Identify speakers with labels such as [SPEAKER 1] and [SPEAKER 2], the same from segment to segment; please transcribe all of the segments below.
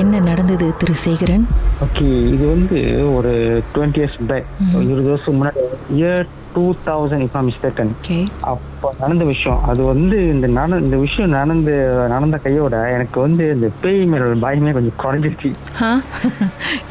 [SPEAKER 1] என்ன நடந்தது திரு சேகரன்
[SPEAKER 2] ஓகே இது வந்து ஒரு டுவெண்ட்டி இயர்ஸ் பேக் இருபது வருஷத்துக்கு முன்னாடி இயர் டூ தௌசண்ட் இப்போ மிஸ்டேக்கன்
[SPEAKER 1] ஓகே
[SPEAKER 2] அப்போ நடந்த விஷயம் அது வந்து இந்த நட இந்த விஷயம் நடந்து நடந்த கையோட எனக்கு வந்து இந்த பேய் மேல பயமே கொஞ்சம் குறைஞ்சிருச்சு
[SPEAKER 1] ஆ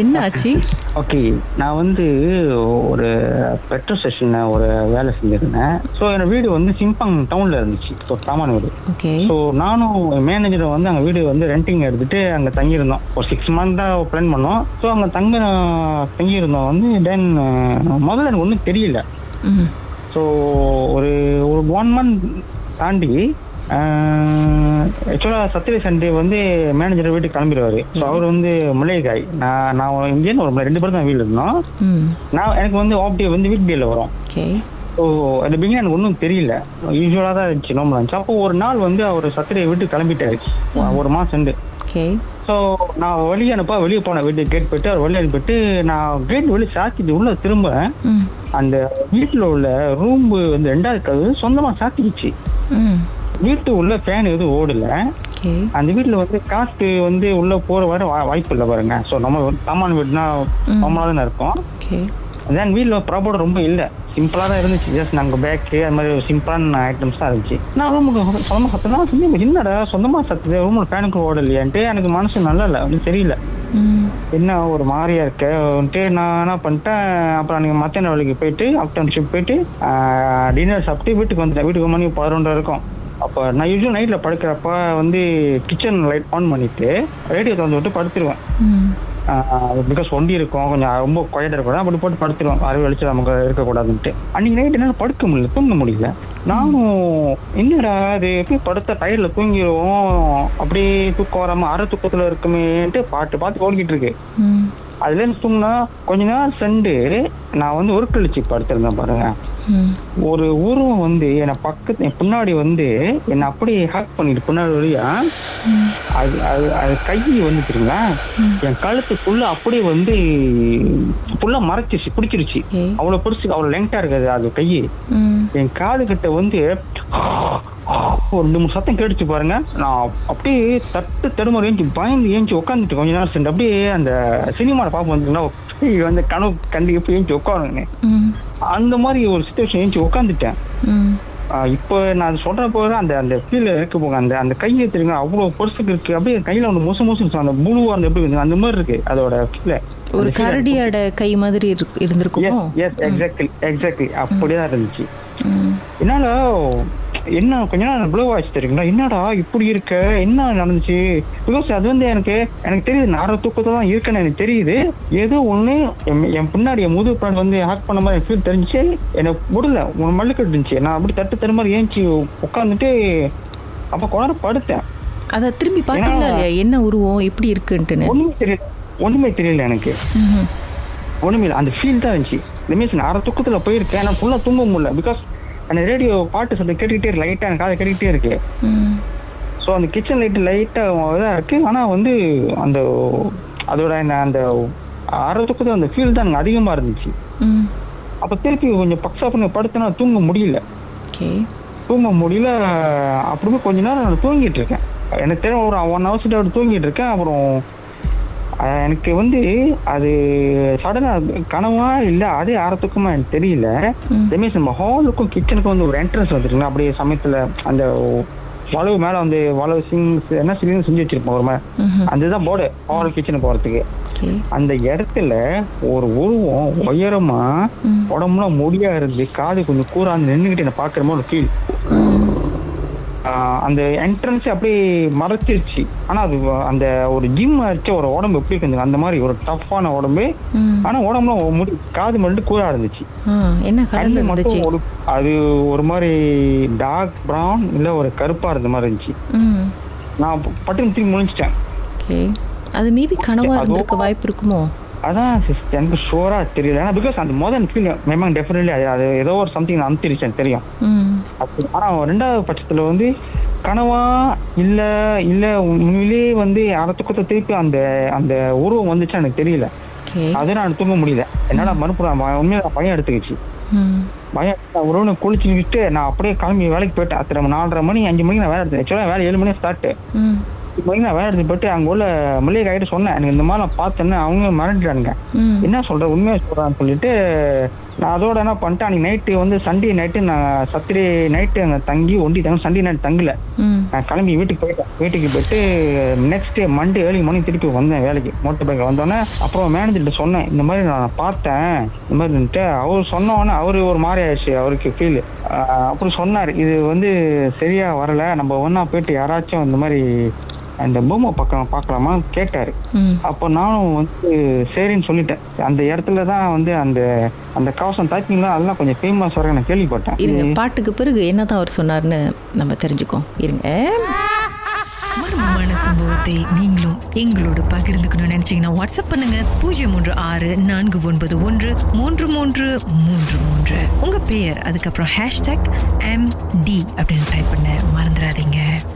[SPEAKER 1] என்ன ஆச்சு
[SPEAKER 2] ஓகே நான் வந்து ஒரு பெட்ரோல் ஸ்டேஷன்ல ஒரு வேலை செஞ்சிருந்தேன் ஸோ என்னோட வீடு வந்து சிம்பாங் டவுன்ல இருந்துச்சு ஸோ காமன் வீடு
[SPEAKER 1] ஓகே
[SPEAKER 2] ஸோ நானும் மேனேஜரும் வந்து அங்கே வீடு வந்து ரெண்டிங் எடுத்துட்டு அங்கே தங்கியிருந்தோம் ஒரு சிக்ஸ் மந்த் தான் பிளான் பண்ணோம் ஸோ அங்கே தங்க தங்கியிருந்தோம் வந்து தென் முதல்ல எனக்கு ஒன்றும் தெரியல
[SPEAKER 1] ம்
[SPEAKER 2] ஸோ ஒரு ஒரு ஒன் மந்த் தாண்டி ஆக்சுவலாக சத்யடி சண்டே வந்து மேனேஜர் வீட்டுக்கு கிளம்பிடுவாரு ஸோ அவர் வந்து முல்லைக்காய் நான் நான் இந்தியன் ஒரு முல்லை- ரெண்டு பேரும் தான் வீடு இருந்தோம்
[SPEAKER 1] ம்
[SPEAKER 2] நான் எனக்கு வந்து ஆப்டே வந்து வீட் டேல வரும்
[SPEAKER 1] ஓகே
[SPEAKER 2] ஸோ அந்த பிகினி எனக்கு ஒன்றும் தெரியல யூஸ்வலாக தான் இருந்துச்சு நோம்பு இருந்துச்சு அப்போ ஒரு நாள் வந்து அவர் சத்திரியை விட்டு கிளம்பிட்டாரு ஒரு மாதம் ரெண்டு
[SPEAKER 1] ஓகே
[SPEAKER 2] ஸோ நான் வெளியே அனுப்பா வெளியே போனேன் வீட்டு கேட் போயிட்டு அவர் வெளியே அனுப்பிட்டு நான் கேட் வெளியே சாக்கிட்டு உள்ள திரும்ப
[SPEAKER 1] ம்
[SPEAKER 2] அந்த வீட்டில் உள்ள ரூம் வந்து ரெண்டாவது கதவு சொந்தமாக சாத்திக்கிச்சு
[SPEAKER 1] ம்
[SPEAKER 2] வீட்டு உள்ள ஃபேன் எதுவும் ஓடல
[SPEAKER 1] ஓகே
[SPEAKER 2] அந்த வீட்டில் வந்து காற்று வந்து உள்ளே போகிற வர வா- வாய்ப்பு இல்லை பாருங்க ஸோ நம்ம சாமான் வீடுனா
[SPEAKER 1] ம்.
[SPEAKER 2] நம்மளாக தானே இருக்கும்
[SPEAKER 1] ஓகே
[SPEAKER 2] தென் வீட்டில் ப்ராப்பர்ட் ரொம்ப இல்லை சிம்பிளாக தான் இருந்துச்சு ஜஸ்ட் நாங்கள் பேக்கு அது மாதிரி சிம்பிளான ஐட்டம்ஸ் தான் இருந்துச்சு நான் ரூமுக்கு சொந்தமாக சத்தனா செஞ்சு என்னடா சொந்தமாக சத்து ரூமில் ஃபேனுக்கு ஓடலையான்ட்டு எனக்கு மனசு நல்லா இல்லை ஒன்றும் தெரியல
[SPEAKER 1] ம்
[SPEAKER 2] என்ன ஒரு மாதிரியா இருக்கேன்ட்டு நான் என்ன பண்ணிட்டேன் அப்புறம் நீங்கள் மத்தியான வேலைக்கு போயிட்டு ஆஃப்டர்நூன் ஷிஃப்ட் போயிட்டு டின்னர் சாப்பிட்டு வீட்டுக்கு வந்துட்டேன் வீட்டுக்கு மணி பதினொன்றரை இருக்கும் அப்போ நான் யூஸ்வல் நைட்டில் படுக்கிறப்ப வந்து கிச்சன் லைட் ஆன் பண்ணிட்டு ரேடியோ திறந்து விட்டு படுத்துருவேன்
[SPEAKER 1] ம்
[SPEAKER 2] பிகாஸ் ஒண்டி இருக்கும் கொஞ்சம் ரொம்ப குவாய்டாக இருக்கக்கூடாது அப்படி போட்டு படுத்துருவோம் அறிவு வெளிச்சு நமக்கு இருக்கக்கூடாதுன்ட்டு அன்னைக்கு நைட் என்னால் படுக்க முடியல தூங்க முடியல நானும் என்னடா அது எப்படி படுத்த டயர்ல தூங்கிடுவோம் அப்படியே தூக்கம் வராமல் அரை தூக்கத்தில் இருக்குமேன்ட்டு பாட்டு பாட்டு ஓடிக்கிட்டு இருக்கு
[SPEAKER 1] ம்
[SPEAKER 2] அதுல இருந்து தூங்கினா கொஞ்ச நேரம் சென்று நான் வந்து ஒரு கழிச்சு படுத்திருந்தேன் பாருங்க
[SPEAKER 1] ம்
[SPEAKER 2] ஒரு உருவம் வந்து என்னை பக்கத்து என் பின்னாடி வந்து என்னை அப்படியே ஹக் பண்ணிட்டு பின்னாடி வழியா
[SPEAKER 1] ம்.
[SPEAKER 2] அது அது அது கை வந்து தெரியுங்களா என் கழுத்துக்குள்ள அப்படியே வந்து ஃபுல்லா மறைச்சிச்சு பிடிச்சிருச்சு
[SPEAKER 1] ஓகே
[SPEAKER 2] அவ்வளவு பெருசு அவ்வளவு லெங்டா இருக்காது அது கை
[SPEAKER 1] ம்
[SPEAKER 2] என் காது கிட்ட வந்து ஒரு ரெண்டு மூணு சத்தம் கேட்டுச்சு பாருங்க நான் அப்படியே தட்டு தடுமாறி ஏஞ்சி பயந்து ஏஞ்சி உட்காந்துட்டு கொஞ்ச நேரம் சென்று அப்படியே அந்த சினிமாவில் பார்ப்போம் வந்துங்களா "ஏய், வந்து கனவு கண்டு எப்படி ஏஞ்சி உட்காருங்க
[SPEAKER 1] ம்
[SPEAKER 2] அந்த மாதிரி ஒரு சுச்சுவேஷன் ஏஞ்சி உட்காந்துட்டேன்
[SPEAKER 1] ம்
[SPEAKER 2] இப்போ நான் சொல்ற போது அந்த அந்த ஃபீல் இருக்கு போங்க அந்த அந்த கையை தெரியுங்க அவ்வளோ பொருசுக்கு இருக்கு அப்படியே கையில ஒன்று மோசம் மோசம் அந்த முழுவா அந்த எப்படி இருக்கு, அந்த மாதிரி இருக்கு அதோட ஃபீல்
[SPEAKER 1] ஒரு கரடியோட கை மாதிரி இரு- இருந்திருக்குமோ
[SPEAKER 2] எஸ் எக்ஸாக்ட்லி எக்ஸாக்ட்லி அப்படியே தான் இருந்துச்சு
[SPEAKER 1] ம்
[SPEAKER 2] என்னால என்ன கொஞ்ச நேரம் ப்ளூ ஆச்சு தெரியுங்களா என்னடா இப்படி இருக்க என்ன நடந்துச்சு பிகாஸ் அது வந்து எனக்கு எனக்கு தெரியுது நான் அரை தூக்கத்துல தான் இருக்கேன்னு எனக்கு தெரியுது ஏதோ ஒண்ணு என் என் பின்னாடி என் முதுகு பின்னாடி வந்து ஹேக் பண்ண மாதிரி ஃபீல் தெரிஞ்சு எனக்கு முடியல ஒரு மல்லுக்கட்டு இருந்துச்சு நான் அப்படி தட்டு தரு மாதிரி ஏஞ்சி உட்காந்துட்டு அப்ப குழந்தை படுத்தேன்
[SPEAKER 1] அதை திரும்பி பார்த்தீங்களா இல்லையா என்ன உருவம் எப்படி இருக்குன்ட்டுன்னு
[SPEAKER 2] ஒண்ணுமே தெரியல ஒண்ணுமே தெரியல எனக்கு
[SPEAKER 1] ம்ஹும்.
[SPEAKER 2] ஒண்ணுமே இல்லை அந்த ஃபீல் தான் இருந்துச்சு இந்த மீன்ஸ் நான் அரை தூக்கத்துல போயிருக்கேன் நான் ஃபுல்லா தூங்க முடியல பிகாஸ் அந்த ரேடியோ பாட்டு சத்தம் கேட்டுக்கிட்டே லைட்டா எனக்கு காதை கேட்டுக்கிட்டே இருக்கு
[SPEAKER 1] ம்
[SPEAKER 2] ஸோ அந்த கிச்சன் லைட் லைட்டாக இதாக இருக்கு ஆனால் வந்து அந்த அதோட என்ன அந்த அறத்துக்கு அந்த ஃபீல் தான் எனக்கு அதிகமாக இருந்துச்சு
[SPEAKER 1] ம்
[SPEAKER 2] அப்போ திருப்பி கொஞ்சம் பக்ஸா பண்ணி படுத்தனா தூங்க முடியல
[SPEAKER 1] ஓகே
[SPEAKER 2] தூங்க முடியல அப்புறமே கொஞ்ச நேரம் நான் தூங்கிட்டு இருக்கேன் எனக்கு தெரியும் ஒரு ஒன் ஹவர்ஸ் அப்படி தூங்கிட்டு இருக்கேன் அப்புறம் அஹ், எனக்கு வந்து அது சடனாக கனவா இல்லை அதே ஆரத்துக்குமா எனக்கு தெரியல
[SPEAKER 1] ம்.
[SPEAKER 2] ரமேஷ் நம்ம ஹாலுக்கும் கிச்சனுக்கும் வந்து ஒரு என்ட்ரன்ஸ் வந்துருக்குங்க அப்படியே சமயத்தில் அந்த வளவு மேலே வந்து வளவு சிங் என்ன சிலிங் செஞ்சு வச்சிருப்போம் ஒரு மாதிரி
[SPEAKER 1] ம்ஹும்.
[SPEAKER 2] அந்த இதுதான் போர்டு ஹால் கிச்சனு போகிறதுக்கு
[SPEAKER 1] ஓகே
[SPEAKER 2] அந்த இடத்துல ஒரு உருவம் உயரமா
[SPEAKER 1] ம்.
[SPEAKER 2] உடம்புலாம் முடியா இருந்து காது கொஞ்சம் கூறாந்து நின்றுக்கிட்டு என்ன பார்க்குற மாதிரி ஒரு ஃபீல்
[SPEAKER 1] ம்.
[SPEAKER 2] அந்த என்ட்ரன்ஸ் அப்படியே மறைச்சிருச்சு ஆனால் அது அந்த ஒரு ஜிம் அடிச்ச ஒரு உடம்பு எப்படி இருக்குங்க அந்த மாதிரி ஒரு டஃப்பான உடம்பு
[SPEAKER 1] ம்.
[SPEAKER 2] ஆனால் உடம்புலாம் ஒரு முடி காது மட்டும் கூறா இருந்துச்சு
[SPEAKER 1] ஆ, என்ன
[SPEAKER 2] கண்ணு
[SPEAKER 1] கலர்ல இருந்துச்சு
[SPEAKER 2] மட்டும் ஒரு அது ஒரு மாதிரி டார்க் ப்ரௌன் இல்லை ஒரு கருப்பா இருந்த மாதிரி இருந்துச்சு
[SPEAKER 1] ம்
[SPEAKER 2] நான் பட்டுன்னு திரும்பி முடிஞ்சிட்டேன்
[SPEAKER 1] ஓகே அது மேபி கனவா
[SPEAKER 2] Okay,
[SPEAKER 1] இருந்திருக்க வாய்ப்பு இருக்குமோ
[SPEAKER 2] அதான் சிஸ்டர் எனக்கு ஷோரா தெரியல ஏன்னா பிகாஸ் அந்த மோதல் ஃபீல் மேமாங்க டெஃபினெட்லி அது அது ஏதோ ஒரு சம்திங் நான் அனுப்பிச்சிருச்சு எனக்கு தெரியும்
[SPEAKER 1] ம்
[SPEAKER 2] அப்படி ஆனால் ரெண்டாவது பட்சத்தில் வந்து கனவா இல்லை இல்லை உண்மையிலேயே வந்து அறத்துக்கத்தை திருப்பி அந்த அந்த உருவம் வந்துச்சு எனக்கு தெரியல
[SPEAKER 1] ஓகே
[SPEAKER 2] அதை நான் தூங்க முடியல என்னால் மறுபுறம் உண்மையாக பயம் எடுத்துக்கிச்சு
[SPEAKER 1] ம்
[SPEAKER 2] பயம் எடுத்து உறவுனை குளிச்சு விட்டு நான் அப்படியே கிளம்பி வேலைக்கு போயிட்டேன் அத்தனை நாலரை மணி அஞ்சு மணிக்கு நான் வேலை எடுத்தேன் ஆக்சுவலாக வேலை ஏழு மணி ஸ்டார்ட்
[SPEAKER 1] ம்
[SPEAKER 2] இப்போ வந்து நான் வேலை எடுத்து போயிட்டு அங்கே உள்ள மளிகை காய்கிட்ட சொன்னேன் எனக்கு இந்த மாதிரி நான் பார்த்தேன்னு அவங்க மிரண்டுறானுங்க
[SPEAKER 1] ம்
[SPEAKER 2] என்ன சொல்ற உண்மையை சொல்றான்னு சொல்லிட்டு நான் அதோட என்ன பண்ணிட்டேன் அன்னைக்கு நைட்டு வந்து சண்டே நைட்டு நான் சாட்டர்டே நைட்டு அங்கே தங்கி ஒண்டி தங்க சண்டே நைட் தங்கல
[SPEAKER 1] ம்
[SPEAKER 2] நான் கிளம்பி வீட்டுக்கு போயிட்டேன் வீட்டுக்கு போயிட்டு next day Monday early morning திருப்பி வந்தேன் வேலைக்கு மோட்டர் பைக்கில் வந்தோடனே அப்புறம் மேனேஜர்கிட்ட சொன்னேன் இந்த மாதிரி நான் பார்த்தேன் இந்த மாதிரின்ட்டு அவர் சொன்னோன்னே அவர் ஒரு மாதிரி ஆயிடுச்சு அவருக்கு ஃபீல் அப்புறம் சொன்னார் இது வந்து சரியா வரல நம்ம ஒன்றா போயிட்டு யாராச்சும் இந்த மாதிரி அந்த பூமை பக்கம் பார்க்கலாமா கேட்டார்
[SPEAKER 1] ம்
[SPEAKER 2] அப்போ நானும் வந்து சரின்னு சொல்லிட்டேன் அந்த இடத்துல தான் வந்து அந்த அந்த கவசம் டைப்பிங்லாம் அதெல்லாம் கொஞ்சம் ஃபேமஸ் வர நான் கேள்விப்பட்டேன்
[SPEAKER 1] இருங்க பாட்டுக்கு பிறகு என்னதான் அவர் சொன்னார்னு நம்ம தெரிஞ்சுக்கோம் இருங்க
[SPEAKER 3] மர்மமான சம்பவத்தை நீங்களும் எங்களோடு பகிர்ந்துக்கணும்னு நினைச்சீங்கன்னா வாட்ஸ்அப் பண்ணுங்க பூஜ்ஜியம் மூன்று ஆறு நான்கு ஒன்பது ஒன்று மூன்று மூன்று மூன்று மூன்று உங்க பெயர் அதுக்கப்புறம் ஹேஷ்டாக் எம் டி அப்படின்னு டைப் பண்ண மறந்துடாதீங்க